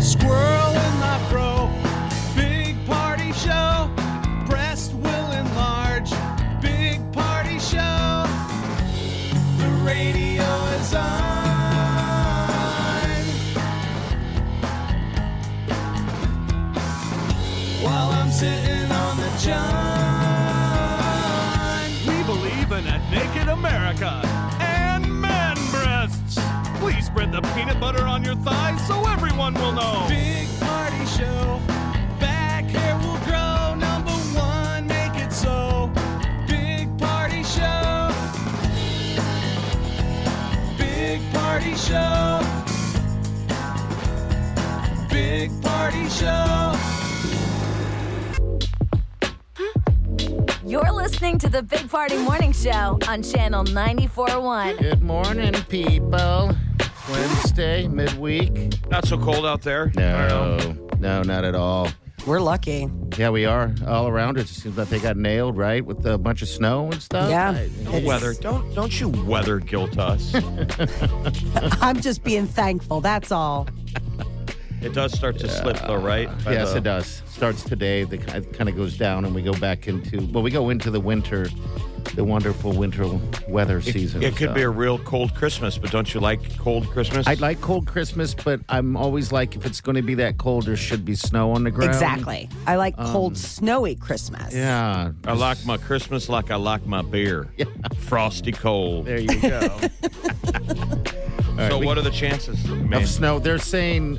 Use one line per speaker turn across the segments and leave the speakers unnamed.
Squirrel in the fro, big party show. Breast will enlarge, big party show. The radio is on. While I'm sitting on the john.
We believe in a naked America and man breasts. Please spread the peanut butter on your thighs so everyone will know.
Big party show. Back hair will grow. Number one, make it so. Big party show. Big party show. Big party show.
You're listening to the Big Party Morning Show on Channel 941.
Good morning, people. It's Wednesday, midweek. um,
Not so cold out there.
No, no, not at all.
We're lucky.
Yeah, we are all around. It just seems like they got nailed, right, with a bunch of snow and stuff.
Yeah.
I-
Don't weather. Don't don't you weather guilt us.
I'm just being thankful. That's all.
it does start to slip though, right? By
yes,
the-
it does. Starts today. The, it kind of goes down, and we go back into well, we go into the winter, the wonderful winter weather season.
It could be
so.
a real cold Christmas, but don't you like cold Christmas?
I'd like cold Christmas, but I'm always like, if it's going to be that cold, there should be snow on the ground.
Exactly. I like cold, snowy Christmas.
Yeah.
I like my Christmas like I like my beer. Frosty cold.
There you go.
so what are the chances? Man,
of snow. They're saying,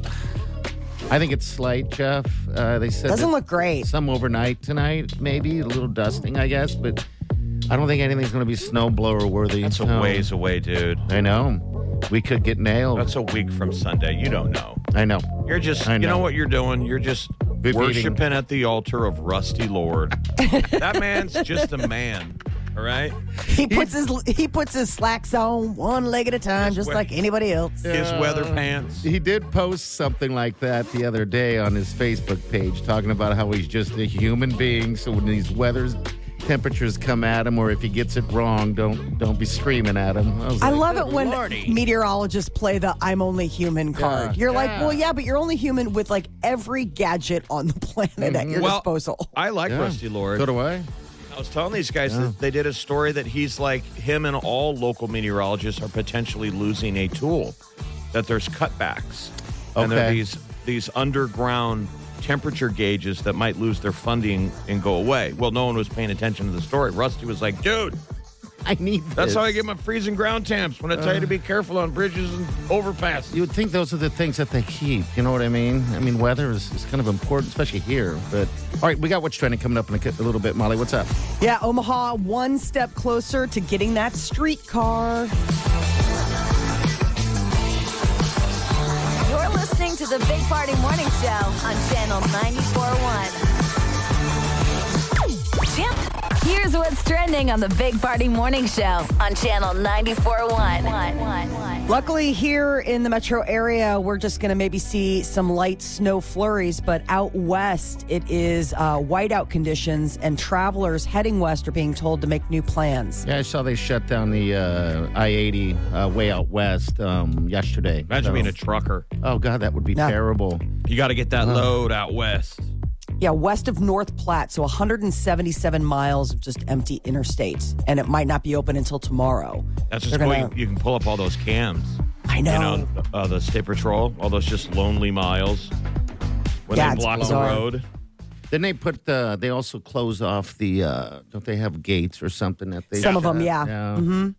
I think it's slight, Jeff. Uh, they said
Doesn't
that
look great.
Some overnight tonight, maybe a little dusting, I guess, but I don't think anything's going to be snowblower worthy.
that's a
No.
ways away, dude.
I know. We could get nailed.
That's a week from Sunday. You don't know.
I know.
You're just,
I
you know
know.
what you're doing? You're just
Repeating.
worshiping at the altar of Rusty Lord. that man's just a man, all right?
He puts his he puts his slacks on one leg at a time, just
way.
like anybody else.
His weather pants.
He did post something like that the other day on his Facebook page, talking about how he's just a human being. So when these weather's temperatures come at him, or if he gets it wrong, don't don't be screaming at him. was
I
like,
love
"Good
it when
lordy."
meteorologists play the "I'm only human" card.
Yeah,
you're like,
yeah.
well, yeah, but you're only human with like every gadget on the planet
Mm-hmm.
at your
Well,
disposal.
I like
Yeah.
Rusty Lord.
So do I.
I was telling these guys that they did a story that he's like, him and all local meteorologists are potentially losing a tool, that there's cutbacks. And there are
Okay.
these, these underground temperature gauges that might lose their funding and go away. Well, no one was paying attention to the story. Rusty was like, dude.
I need. This.
That's how I get my freezing ground temps when I tell you to be careful on bridges and overpasses.
Uh. You would think those are the things that they keep. You know what I mean? I mean, weather is, is kind of important, especially here. But all right, we got what's trending coming up in a, ki- a little bit. Molly, what's up?
yeah, Omaha one step closer to getting that streetcar.
You're listening to the Big Party Morning Show on Channel 941. Yep. Here's what's trending on the Big Party Morning Show on Channel 941.
Luckily, here in the metro area, we're just going to maybe see some light snow flurries, but out west, it is uh, whiteout conditions, and travelers heading west are being told to make new plans.
Yeah, I saw they shut down the uh, I eighty uh, way out west um, yesterday.
Imagine
So-
being a trucker.
oh god, that would be
No.
terrible.
You got to get
Uh.
that load out west.
Yeah, west of North Platte, so 177 miles of just empty interstate, and it might not be open until tomorrow.
That's just
They're
cool.
gonna-
You, you can pull up all those cams.
I
You
know.
know, uh, the state patrol, all those just lonely miles when
Yeah,
they
it's
block the
bizarre.
road.
Then they put the. They also close off the. Uh, don't they have gates or something that they?
Some of
shut
them, yeah.
down?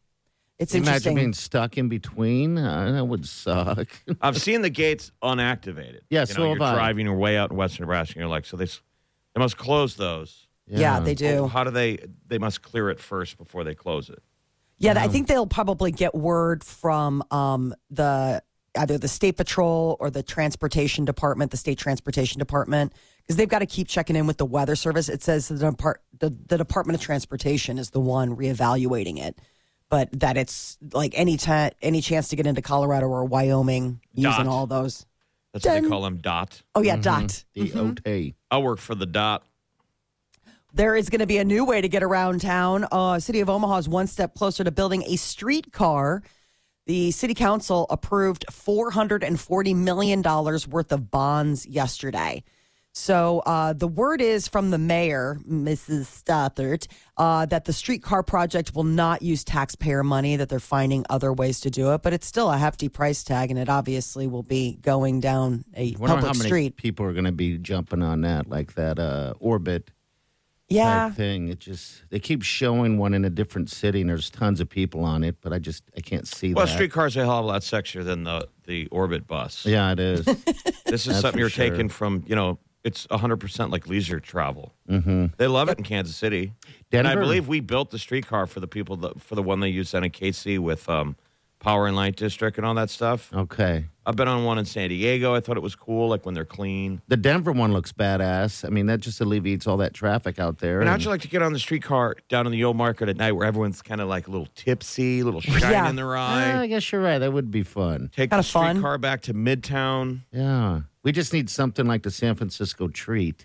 It's
Imagine
interesting.
being stuck in between. Uh, that would suck.
I've seen the gates unactivated.
Yeah,
you
so
know,
have
you're
I.
driving your way out in western Nebraska, and you're like, so they, s- they must close those.
yeah. they do.
How do they? They must clear it first before they close it.
Yeah, I think they'll probably get word from um, the either the state patrol or the transportation department, the state transportation department, because they've got to keep checking in with the weather service. It says the, depart- the the Department of Transportation is the one reevaluating it, but that it's like any time any chance to get into Colorado or Wyoming
Dot.
using all those.
That's what they call them, DOT.
Oh yeah, dot.
The OT.
I work for the DOT.
There is going to be a new way to get around town. Uh, City of Omaha is one step closer to building a streetcar. The city council approved $440 million worth of bonds yesterday. So uh, the word is from the mayor, Mrs. Stothert, uh, that the streetcar project will not use taxpayer money, that they're finding other ways to do it. But it's still a hefty price tag, and it obviously will be going down a
Wonder
public
how many
street.
people are going to be jumping on that, like that uh, orbit
Yeah.
type thing. It just they keep showing one in a different city, and there's tons of people on it, but I just I can't see
Well,
that.
streetcar's a hell of a lot sexier than the, the Orbit bus.
Yeah, it is.
This is
That's
something
for
you're
sure.
taking from, you know, it's 100% like leisure travel. Mm-hmm. They love it in Kansas City. And I
Denver-
believe we built the streetcar for the people, that, for the one they use down in KC with um, Power and Light District and all that stuff.
okay.
I've been on one in San Diego. I thought it was cool, like when they're clean.
The Denver one looks badass. I mean, that just alleviates all that traffic out there.
And
and-
how'd you like to get on the streetcar down in the old market at night where everyone's kind of like a little tipsy, a little shine
Oh, Yeah.
in their
Ah,
eye?
I guess you're right. That would be fun.
Take the
Kinda fun.
streetcar back to Midtown.
Yeah. We just need something like the San Francisco treat.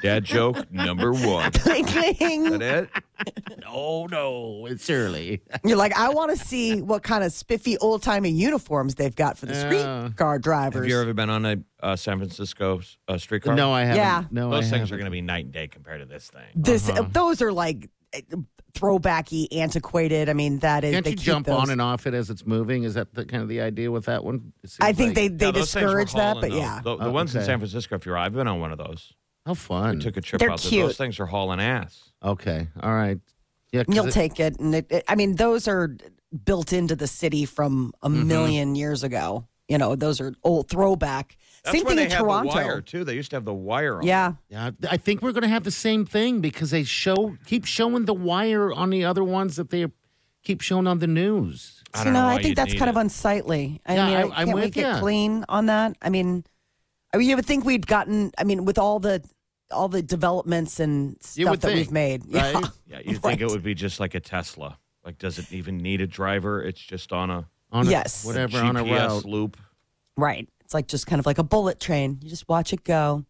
Dad joke number one. Is
Cling, cling.
that it?
Oh, no. It's early.
You're like, I want to see what kind of spiffy old timey uniforms they've got for the
Yeah.
streetcar drivers.
Have you ever been on a uh, San Francisco uh, streetcar?
No, I haven't.
Yeah.
No,
Those
I
things are
haven't.
going to be night and day compared to this thing.
this, those are like eh, throwbacky, antiquated. I mean, that is-
Can't
they
you
keep
jump
those.
on and off it as it's moving? Is that the, kind of the idea with that one? It seems
I think they
like-
they
Yeah, those things were
discourage that,
hauling,
but
though.
yeah,
The, the
Oh,
ones in
okay. Mm.
San Francisco, if you're, I've been on one of those.
How fun.
Took a trip
They're
out there.
cute.
Those things are hauling ass.
okay. All right. Yeah. 'cause
you'll
it-
take it. And it, it- I mean, those are built into the city from a
Mm-hmm.
million years ago. You know, those are old throwback.
That's
Same
when
thing
they
in
had
Toronto.
the wire, too. They used to have the wire on.
Yeah,
Yeah, I think we're going to have the same thing because they show keep showing the wire on the other ones that they keep showing on the news.
I
So,
don't know
no,
why
I think
you'd
that's
need
kind of
it.
unsightly. I
Yeah,
mean,
I-
I,
I'm
can't we
with
get
ya.
clean on that? I mean, I mean, you would think we'd gotten. I mean, with all the all the developments and
You
stuff
would
that
think,
we've made,
right?
Yeah, you think
Right.
it would be just like a Tesla? Like, does it even need a driver? It's just on a
On a-
Yes.
whatever
GPS
on a route.
loop.
Right. It's like just kind of like a bullet train. You just watch it go.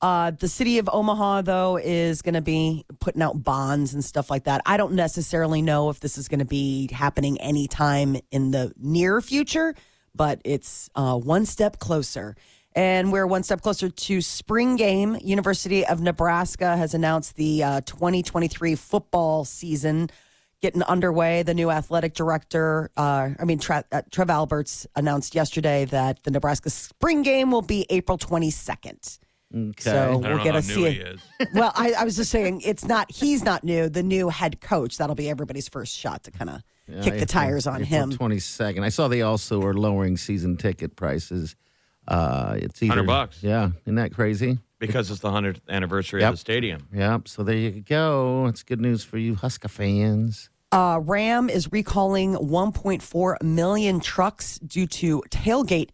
Uh, the city of Omaha, though, is going to be putting out bonds and stuff like that. I don't necessarily know if this is going to be happening anytime in the near future, but it's uh, one step closer. And we're one step closer to spring game. University of Nebraska has announced the uh, 2023 football season getting underway. The new athletic director, uh, I mean, Tra- uh, Trev Alberts announced yesterday that the Nebraska spring game will be April 22nd. So
I don't
we'll
know
get
how
to
new
see
he
it.
is.
Well, I, I was just saying, it's not, he's not new. The new head coach, that'll be everybody's first shot to kind of kick the tires on him.
Twenty second. I saw they also are lowering season ticket prices. Uh, it's either
100 bucks.
Yeah, isn't that crazy?
because it's the 100th anniversary
Yep.
of the stadium.
Yep. So there you go. It's good news for you Husker fans.
Uh, Ram is recalling 1.4 million trucks due to tailgate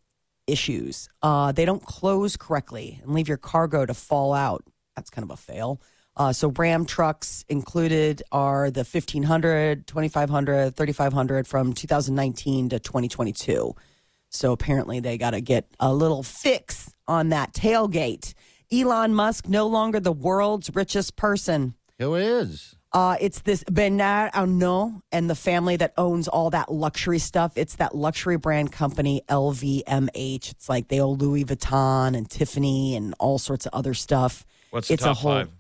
issues. Uh, they don't close correctly and leave your cargo to fall out. That's kind of a fail. Uh, so Ram trucks included are the 1500, 2500, 3500 from 2019 to 2022. So apparently they got to get a little fix on that tailgate. Elon Musk no longer the world's richest person.
Who is?
Uh, it's this Bernard Arnault and the family that owns all that luxury stuff. It's that luxury brand company LVMH. It's like they own Louis Vuitton and Tiffany and all sorts of other stuff.
What's
It's
the
a
top
whole-
five?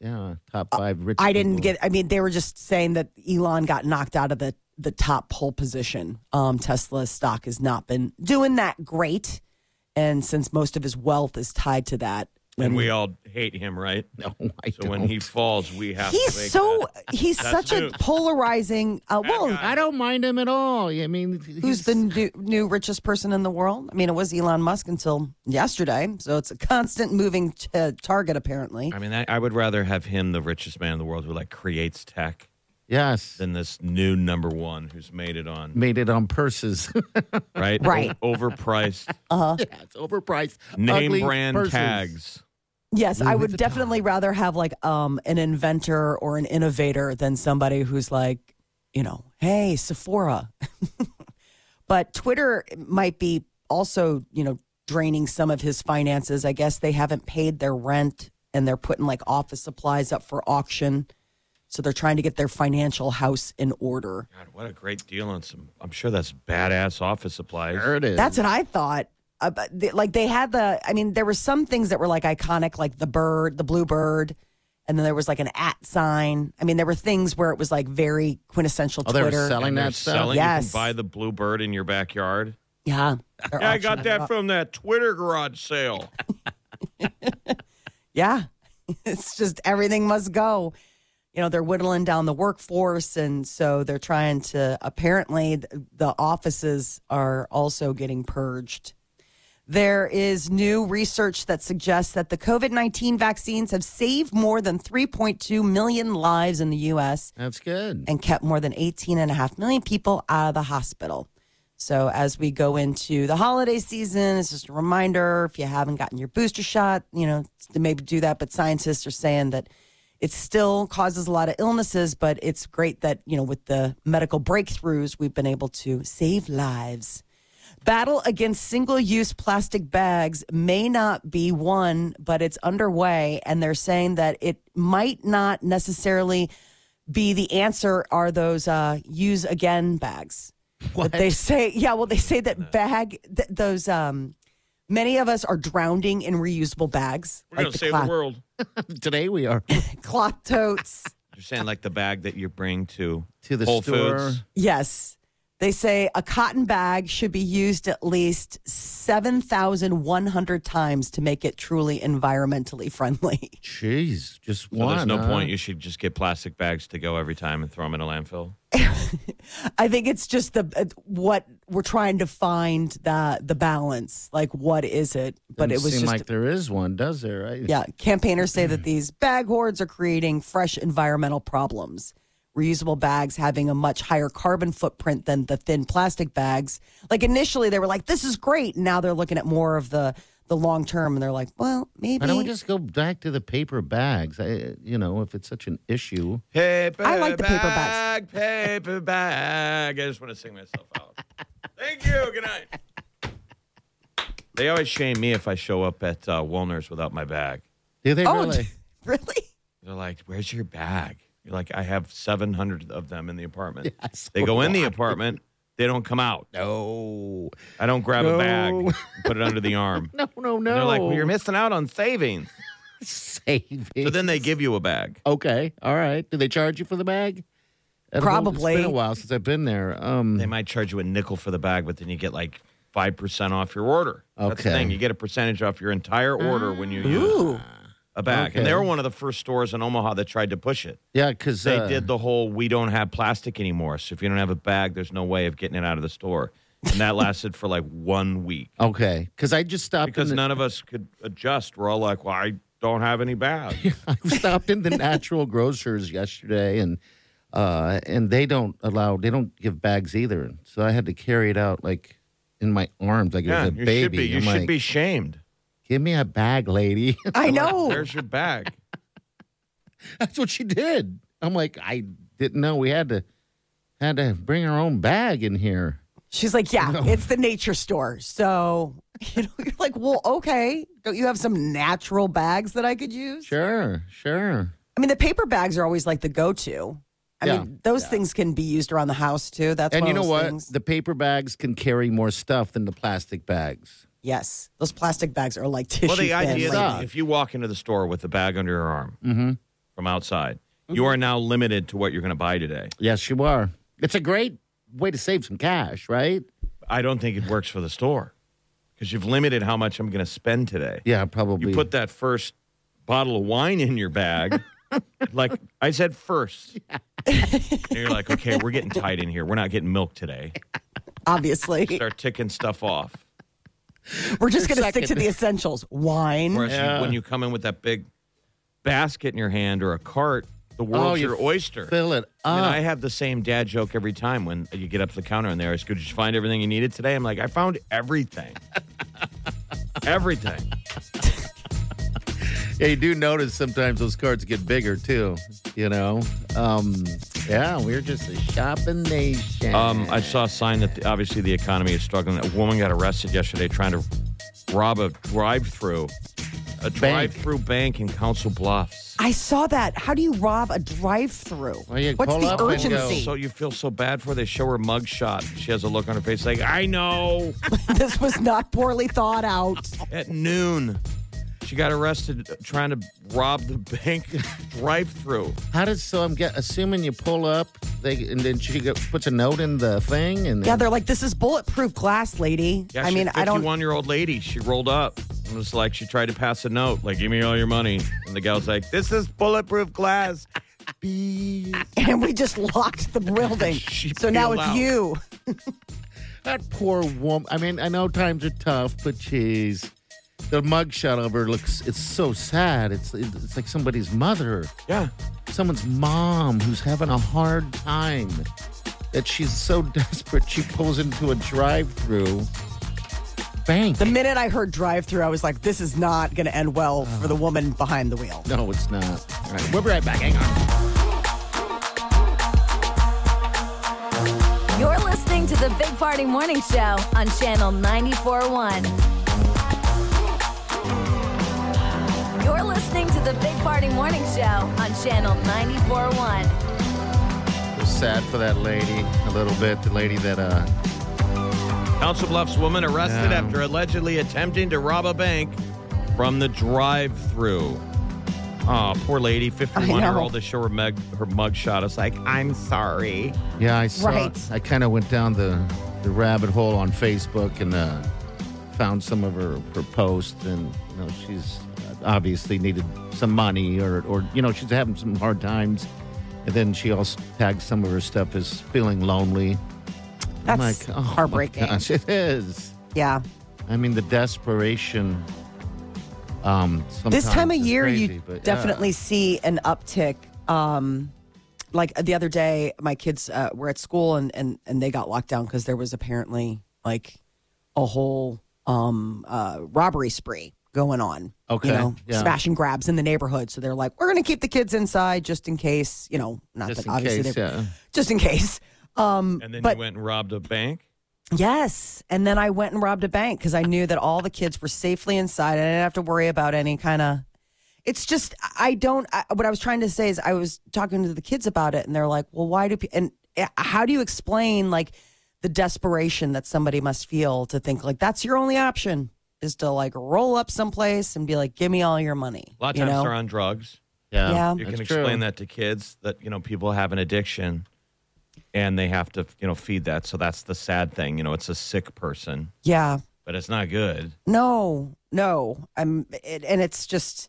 Yeah, top five rich.
Uh, I didn't
people.
get. I mean, they were just saying that Elon got knocked out of the the top pole position. Um, Tesla's stock has not been doing that great, and since most of his wealth is tied to that,
And we all hate him, right?
No, I
So when
don't.
he falls, we have to make
he's so
that.
he's
That's
such a
news.
polarizing. Uh, well,
I don't mind him at all. I mean,
Who's
he's-
the new, new richest person in the world? I mean, it was Elon Musk until yesterday, so it's a constant moving t- uh, target, apparently.
I mean, I, I would rather have him, the richest man in the world, who like creates tech.
Yes.
than this new number one who's made it on,
Made it on purses.
right?
Right.
O- overpriced
yeah, it's overpriced.
name
ugly
brand
purses.
tags.
Yes, I would definitely rather have like um an inventor or an innovator than somebody who's like, you know, hey, Sephora. but Twitter might be also, you know, draining some of his finances. I guess they haven't paid their rent and they're putting like office supplies up for auction. So they're trying to get their financial house in order.
God, what a great deal on some. I'm sure that's badass office supplies.
There it is.
That's what I thought. Uh, but they, like they had the, I mean, there were some things that were like iconic, like the bird, the blue bird, and then there was like an at sign. I mean, there were things where it was like very quintessential
oh, they were
Twitter.
selling
And they're
that stuff.
selling. You
Yes.
can buy the blue bird in your backyard.
yeah, They're
Yeah, I
auctioning
got
it
that
off.
from that Twitter garage sale.
yeah, it's just everything must go. You know, they're whittling down the workforce, and so they're trying to. Apparently, th- the offices are also getting purged. There is new research that suggests that the COVID 19 vaccines have saved more than 3.2 million lives in the U.S.
That's good.
and kept more than 18.5 million people out of the hospital. So, as we go into the holiday season, it's just a reminder if you haven't gotten your booster shot, you know, to maybe do that. But scientists are saying that it still causes a lot of illnesses, but it's great that, you know, with the medical breakthroughs, we've been able to save lives. Battle against single use plastic bags may not be won, but it's underway. And they're saying that it might not necessarily be the answer are those uh, use again bags. What? They say, yeah, well, they say that bag, th- those, um, many of us are drowning in reusable bags.
We're gonna
like the
save
cloth,
the world.
Today we are
cloth totes.
You're saying like the bag that you bring to
To the
Whole
store.
Foods.
Yes. They say a cotton bag should be used at least 7,100 times to make it truly environmentally friendly.
Jeez, just
So
one.
there's no
huh?
point. You should just get plastic bags to go every time and throw them in a landfill.
I think it's just the uh, what we're trying to find the the balance, like what is it? But it
Doesn't
was
seem
just
like there is one, does there? Right?
yeah, campaigners say that these bag hoards are creating fresh environmental problems. Reusable bags having a much higher carbon footprint than the thin plastic bags. Like initially they were like, this is great. and Now they're looking at more of the the long term and they're like, well, maybe
Why don't we just go back to the paper bags? I, you know, if it's such an issue.
Paper
I like the paper
bag,
bags.
paper bag. I just want to sing myself out. Thank you. Good night. They always shame me if I show up at uh, Woolner's without my bag.
Do they
Oh,
really?
really?
They're like, "Where's your bag?" You're like, "I have 700 of them in the apartment."
Yes,
they go in the
wow.
apartment. They don't come out.
No.
I don't grab a bag,
No.
and put it under the arm.
No, no, no.
And they're like, well, "You're missing out on savings."
saving.
So then they give you a bag.
Okay, all right. Do they charge you for the bag? Edible?
Probably.
It's been a while since I've been there. Um,
They might charge you a nickel for the bag, but then you get like five percent off your order. That's the
Okay.
thing. You get a percentage off your entire order when you use a bag. And they were
Okay.
one of the first stores in Omaha that tried to push it.
yeah, uh, because
They did the whole we don't have plastic anymore. So if you don't have a bag, there's no way of getting it out of the store. And that lasted for like one week.
Okay, because I just stopped
Because
in the,
none of us could adjust. We're all like, Well, I don't have any bags.
I stopped in the natural grocers yesterday, and uh, and they don't allow they don't give bags either. So I had to carry it out like in my arms, like
yeah,
it was
you
a baby.
should be you
I'm
should
like,
be shamed.
Give me a bag, lady.
I
Oh.
know.
There's your bag.
That's what she did. I'm like, I didn't know we had to had to bring our own bag in here.
She's like, yeah, it's the nature store. So, you know, you're like, well, okay. Don't you have some natural bags that I could use?
Sure, sure.
I mean, the paper bags are always like the go to. I
Yeah.
mean, those things can be used around the house too. That's
and
one
you
of
know
those
what?
things.
The paper bags can carry more stuff than the plastic bags.
yes, those plastic bags are like tissue.
Well, the
thin,
idea
like-
that if you walk into the store with a bag under your arm
Mm-hmm.
from outside, you are now limited to what you're going to buy today.
Yes, you are. It's a great way to save some cash, right?
I don't think it works for the store because you've limited how much I'm going to spend today.
Yeah, probably.
You put that first bottle of wine in your bag. like I said first. And you're like, okay, we're getting tight in here. We're not getting milk today.
obviously,
Start ticking stuff off.
we're just going to stick to
second.
the essentials: wine.
Whereas you- when you come in with that big basket in your hand or a cart, The world's
Oh, you
your oyster.
Fill it
I mean,
up.
I have the same dad joke every time when you get up to the counter and they always go, Did you find everything you needed today? I'm like, I found everything. everything.
Yeah, you do notice sometimes those cards get bigger too. You know, um, yeah, we're just a shopping nation.
Um, I saw a sign that the, obviously the economy is struggling. A woman got arrested yesterday trying to rob a drive-through, a drive-through bank in Council Bluffs.
I saw that. How do you rob a drive-through?
Well, you
What's
pull
the
up and go.
urgency?
So you feel so bad for her. They show her mugshot. She has a look on her face like, I know.
this was not poorly thought out.
At noon, she got arrested trying to rob the bank drive-through.
How does so? I'm get, assuming you pull up, they and then she go, puts a note in the thing, and
Yeah,
then,
they're like, this is bulletproof glass, lady.
Yeah,
I
she's
mean, I don't.
Fifty-one-year-old lady. She rolled up and was like, she tried to pass a note, like, "Give me all your money." And the gal's like, "This is bulletproof glass." Please.
And we just locked the building.
She
so now
peeled
it's
out.
you.
that poor woman. I mean, I know times are tough, but jeez, the mugshot of her looks—it's so sad. It's it's like somebody's mother,
Yeah.
someone's mom who's having a hard time. That she's so desperate, she pulls into a drive-through bank.
The minute I heard drive through, I was like, this is not going to end well for the woman behind the wheel.
No, it's not. All right, we'll be right back. Hang on.
You're listening to the Big Party Morning Show on Channel 94.1. You're listening to the Big Party Morning Show on Channel 94.1.
It was sad for that lady a little bit. The lady that uh,
Council Bluffs woman arrested
No.
after allegedly attempting to rob a bank from the drive-through. Oh, poor lady, fifty-one-year-old.
know.
They show her mug, her mug shot. It's like, I'm sorry.
Yeah, I saw.
Right.
I kind of went down the the rabbit hole on Facebook and uh, found some of her her posts, and you know she's obviously needed some money or or you know she's having some hard times, and then she also tagged some of her stuff as feeling lonely. I'm
That's
like, oh my
heartbreaking.
gosh, it is.
Yeah.
I mean, the desperation. Um,
This time of
sometimes is
year,
crazy,
you
but, yeah.
definitely see an uptick. Um, like the other day, my kids uh, were at school and, and, and they got locked down because there was apparently like a whole um, uh, robbery spree going on.
Okay,
You know,
yeah.
smash and grabs in the neighborhood. So they're like, we're going to keep the kids inside just in case, you know, not
Just
that
in
obviously
case,
they
yeah.
just in case. Um,
And then
but
you went and robbed a bank.
Yes. And then I went and robbed a bank because I knew that all the kids were safely inside. I didn't have to worry about any kind of. It's just, I don't. I, what I was trying to say is, I was talking to the kids about it, and they're like, well, why do people. And uh, how do you explain, like, the desperation that somebody must feel to think, like, that's your only option is to, like, roll up someplace and be like, give me all your money.
A lot of
you
times
know?
they're on drugs.
Yeah,
Yeah.
You can
that's true.
explain that to kids that you know people have an addiction, and they have to you know feed that. So that's the sad thing. You know, it's a sick person,
Yeah.
but it's not good.
No, no. I'm, it, and it's just,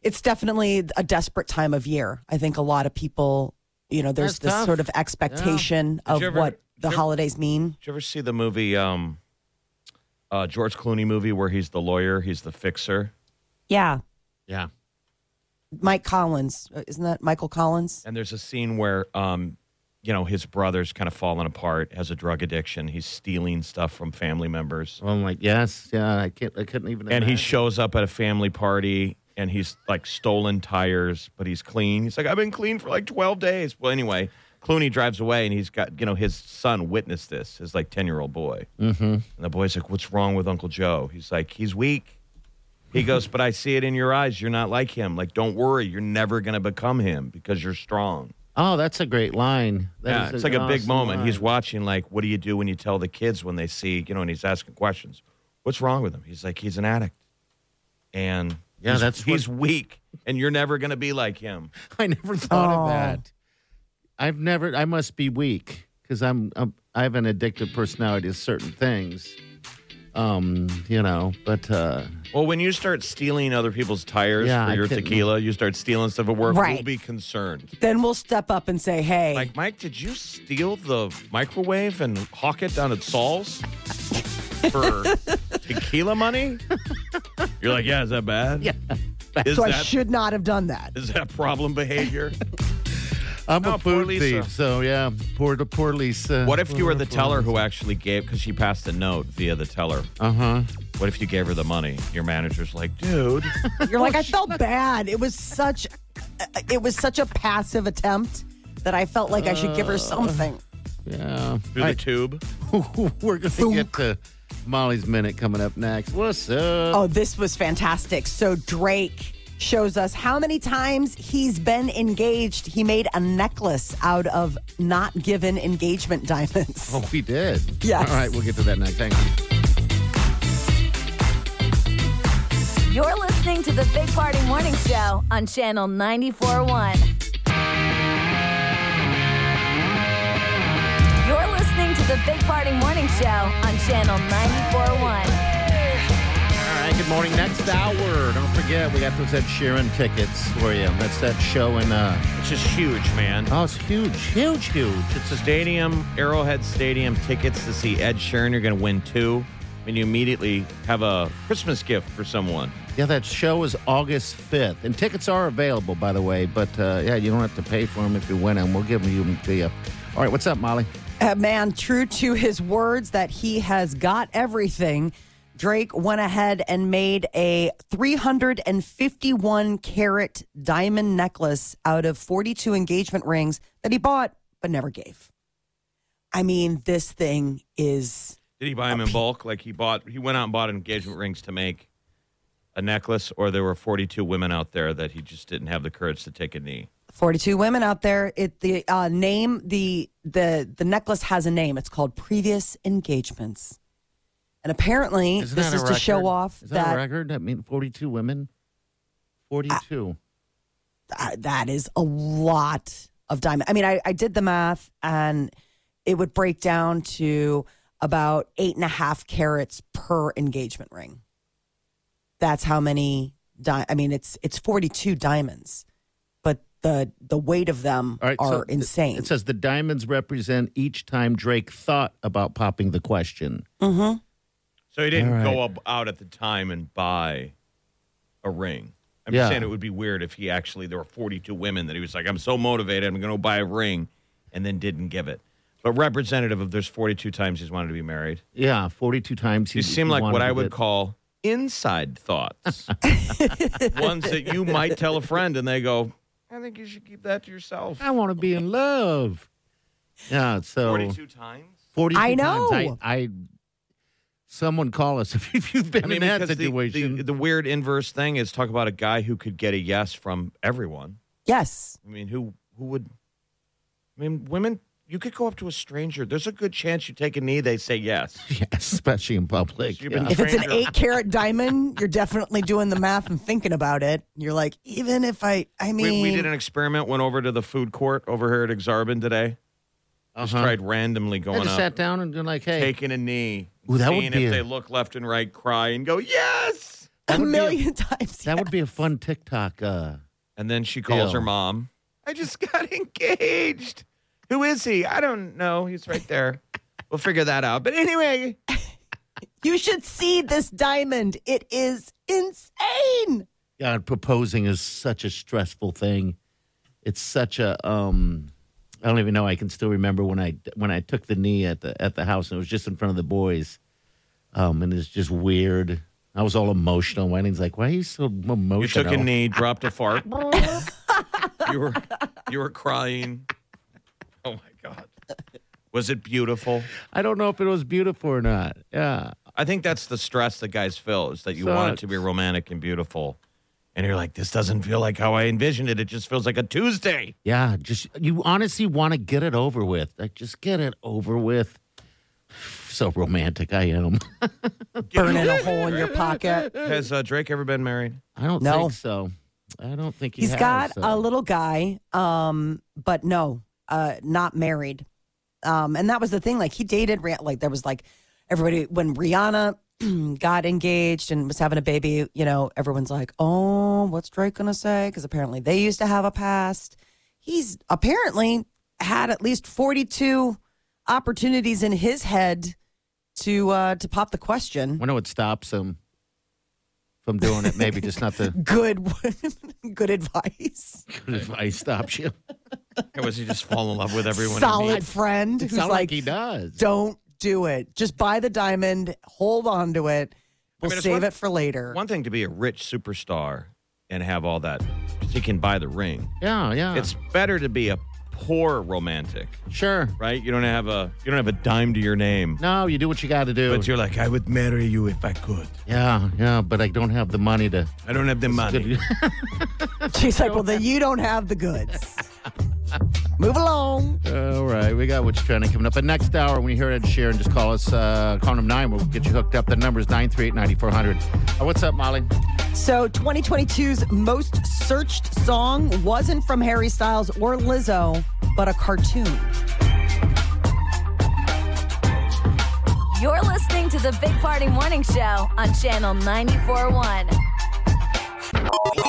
it's definitely a desperate time of year. I think a lot of people, you know, there's
That's
this
tough.
sort of expectation
Did
of
you ever-
what
did you
the
ever-
holidays mean.
Did you ever see the movie um, uh, George Clooney movie where he's the lawyer, he's the fixer?
Yeah.
Yeah.
Mike Collins, uh, isn't that Michael Collins?
And there's a scene where, um, you know, his brother's kind of falling apart, has a drug addiction. He's stealing stuff from family members.
Well, I'm like, yes, yeah. I can't. I couldn't even.
And he
imagine.
shows up at a family party and he's like stolen tires, but he's clean. He's like, I've been clean for like 12 days. Well, anyway, Clooney drives away and he's got, you know, his son witnessed this, his like 10 year old boy. Mm-hmm. And the boy's like, What's wrong with Uncle Joe? He's like, He's weak. He goes, But I see it in your eyes. You're not like him. Like, don't worry. You're never going to become him because you're strong.
Oh, that's a great line. That
Yeah,
is
it's
an
like a big
awesome
moment.
line.
He's watching, like, what do you do when you tell the kids when they see, you know, and he's asking questions. What's wrong with him? He's like, he's an addict. And
Yeah,
he's-
that's what-
he's weak, and you're never going to be like him.
I never thought
Oh.
of that. I've never. I must be weak because I'm, I'm. I have an addictive personality to certain things. Um, you know, but uh,
Well, when you start stealing other people's tires
Yeah,
for
I
your
couldn't-
tequila, you start stealing stuff at work, we'll
Right.
be concerned.
Then we'll step up and say, hey,
Like, Mike, did you steal the microwave and hawk it down at Saul's for tequila money? You're like, yeah, is that bad? Yeah. Is
so I
that-
should not have done that.
Is that problem behavior?
I'm
Oh,
a
poor
food
Lisa.
thief, so yeah, poor poor Lisa.
What if you were the teller who actually gave, because she passed a note via the teller?
Uh huh.
What if you gave her the money? Your manager's like, dude.
You're like, I felt bad. It was such, uh, it was such a passive attempt that I felt like I should
Uh.
give her something.
Yeah.
through the tube.
We're going to get to Molly's Minute coming up next. What's up?
Oh, this was fantastic. So Drake shows us how many times he's been engaged. He made a necklace out of not given engagement diamonds.
Oh, we did.
Yes.
All right, we'll get to that next. Hang on.
You're listening to the Big Party Morning Show on Channel 941. You're listening to the Big Party Morning Show on Channel 941.
All right, good morning. Next hour, don't forget, we got those Ed Sheeran tickets for you. That's that show in, uh,
It's just huge, man.
oh, it's huge, huge, huge.
It's a stadium, Arrowhead Stadium tickets to see Ed Sheeran. You're going to win two. And you immediately have a Christmas gift for someone.
Yeah, that show is August 5th. And tickets are available, by the way. But, uh, yeah, you don't have to pay for them if you win them. We'll give them to you. All right, what's up, Molly?
A man true to his words that he has got everything. Drake went ahead and made a 351 carat diamond necklace out of 42 engagement rings that he bought but never gave. I mean, this thing is
Did he buy them in bulk? Like he bought, he went out and bought engagement rings to make a necklace, or there were 42 women out there that he just didn't have the courage to take a knee.
42 women out there. It the uh, name the the the necklace has a name. It's called previous engagements. And apparently,
Isn't
this
that a
is to show
record?
off
Is that, a record? I mean, 42 women? 42.
that, uh, that is a lot of diamond. I mean, I, I did the math and it would break down to about eight and a half carats per engagement ring. That's how many di- I mean, it's it's forty two diamonds, but the the weight of them
All right, so
are
th-
insane.
It says the diamonds represent each time Drake thought about popping the question.
So he didn't
All
go up, out at the time and buy a ring. I'm
Yeah.
just saying it would be weird if he actually there were 42 women that he was like, I'm so motivated, I'm going to buy a ring, and then didn't give it. But representative of there's 42 times he's wanted to be married.
Yeah, 42 times he
These seem
he
like what
wanted
I
to
would
get-
call inside thoughts, ones that you might tell a friend, and they go, I think you should keep that to yourself.
I want to be in love. Yeah, so
42 times.
42
I know.
times. I, I someone call us if, if you've been
I mean,
in that
because the-
situation.
the, the weird inverse thing is talk about a guy who could get a yes from everyone.
yes.
I mean, who who would? I mean, women. You could go up to a stranger. There's a good chance you take a knee. They say yes.
yeah, especially in public.
You've been-
yeah.
If it's an
Stranger.
eight carat diamond, you're definitely doing the math and thinking about it. You're like, even if I, I mean,
we, we did an experiment. Went over to the food court over here at Exarban today. Just
Uh-huh.
tried randomly
I
going
just
up,
sat down and been like, hey,
taking a knee,
Ooh, that would
seeing
be
if
a-
they look left and right, cry and go yes.
a
would be a-
million times.
that would be a fun TikTok. Uh,
And then she calls
Ew.
her mom. I just got engaged. Who is he? I don't know. He's right there. we'll figure that out. But anyway,
You should see this diamond. It is insane.
God, proposing is such a stressful thing. It's such a um I don't even know. I can still remember when I when I took the knee at the at the house and it was just in front of the boys. Um and it's just weird. I was all emotional. Wayne's like, "Why are you so emotional?"
You took a knee, dropped a fart. you were you were crying. Oh my god. Was it beautiful?
I don't know if it was beautiful or not. Yeah.
I think that's the stress that guys feel is that you want it to be romantic and beautiful. And you're like, this doesn't feel like how I envisioned it. It just feels like a Tuesday.
Yeah, just you honestly want to get it over with. Like just get it over with. So romantic I am.
Burning a hole in your pocket.
Has uh, Drake ever been married?
I don't
No.
think so. I don't think he
He's
has,
got
so.
a little guy, um, but no, uh, not married. Um, and that was the thing. Like he dated, Rih- like there was like everybody when Rihanna got engaged and was having a baby. You know, everyone's like, "Oh, what's Drake gonna say?" Because apparently they used to have a past. He's apparently had at least forty-two opportunities in his head to uh, to pop the question.
I know it stops him. from doing it. Maybe just not the
Good, good advice.
good advice stops you.
Or was he just fall in love with everyone? he
Solid
meets?
friend
It's
who's
not
like,
like he does.
don't do it. Just buy the diamond, hold on to it. We'll
mean, it's
save
one-
it for later.
One thing to be a rich superstar and have all that, he can buy the ring.
Yeah, yeah.
It's better to be a poor romantic,
sure.
right? You don't have a you don't have a dime to your name,
No, you do what you got to do.
but you're like, I would marry you if I could.
yeah, yeah, but I don't have the money to.
I don't have the money.
She's like, well, then you don't have the goods. Move along.
All right, we got what's trending coming up. But next hour, when you hear Ed Sheeran, just call us, uh, call him 9. We'll get you hooked up. The number is 938 9400. Uh, what's up, Molly?
So 2022's most searched song wasn't from Harry Styles or Lizzo, but a cartoon.
You're listening to the Big Party Morning Show on Channel 94.1.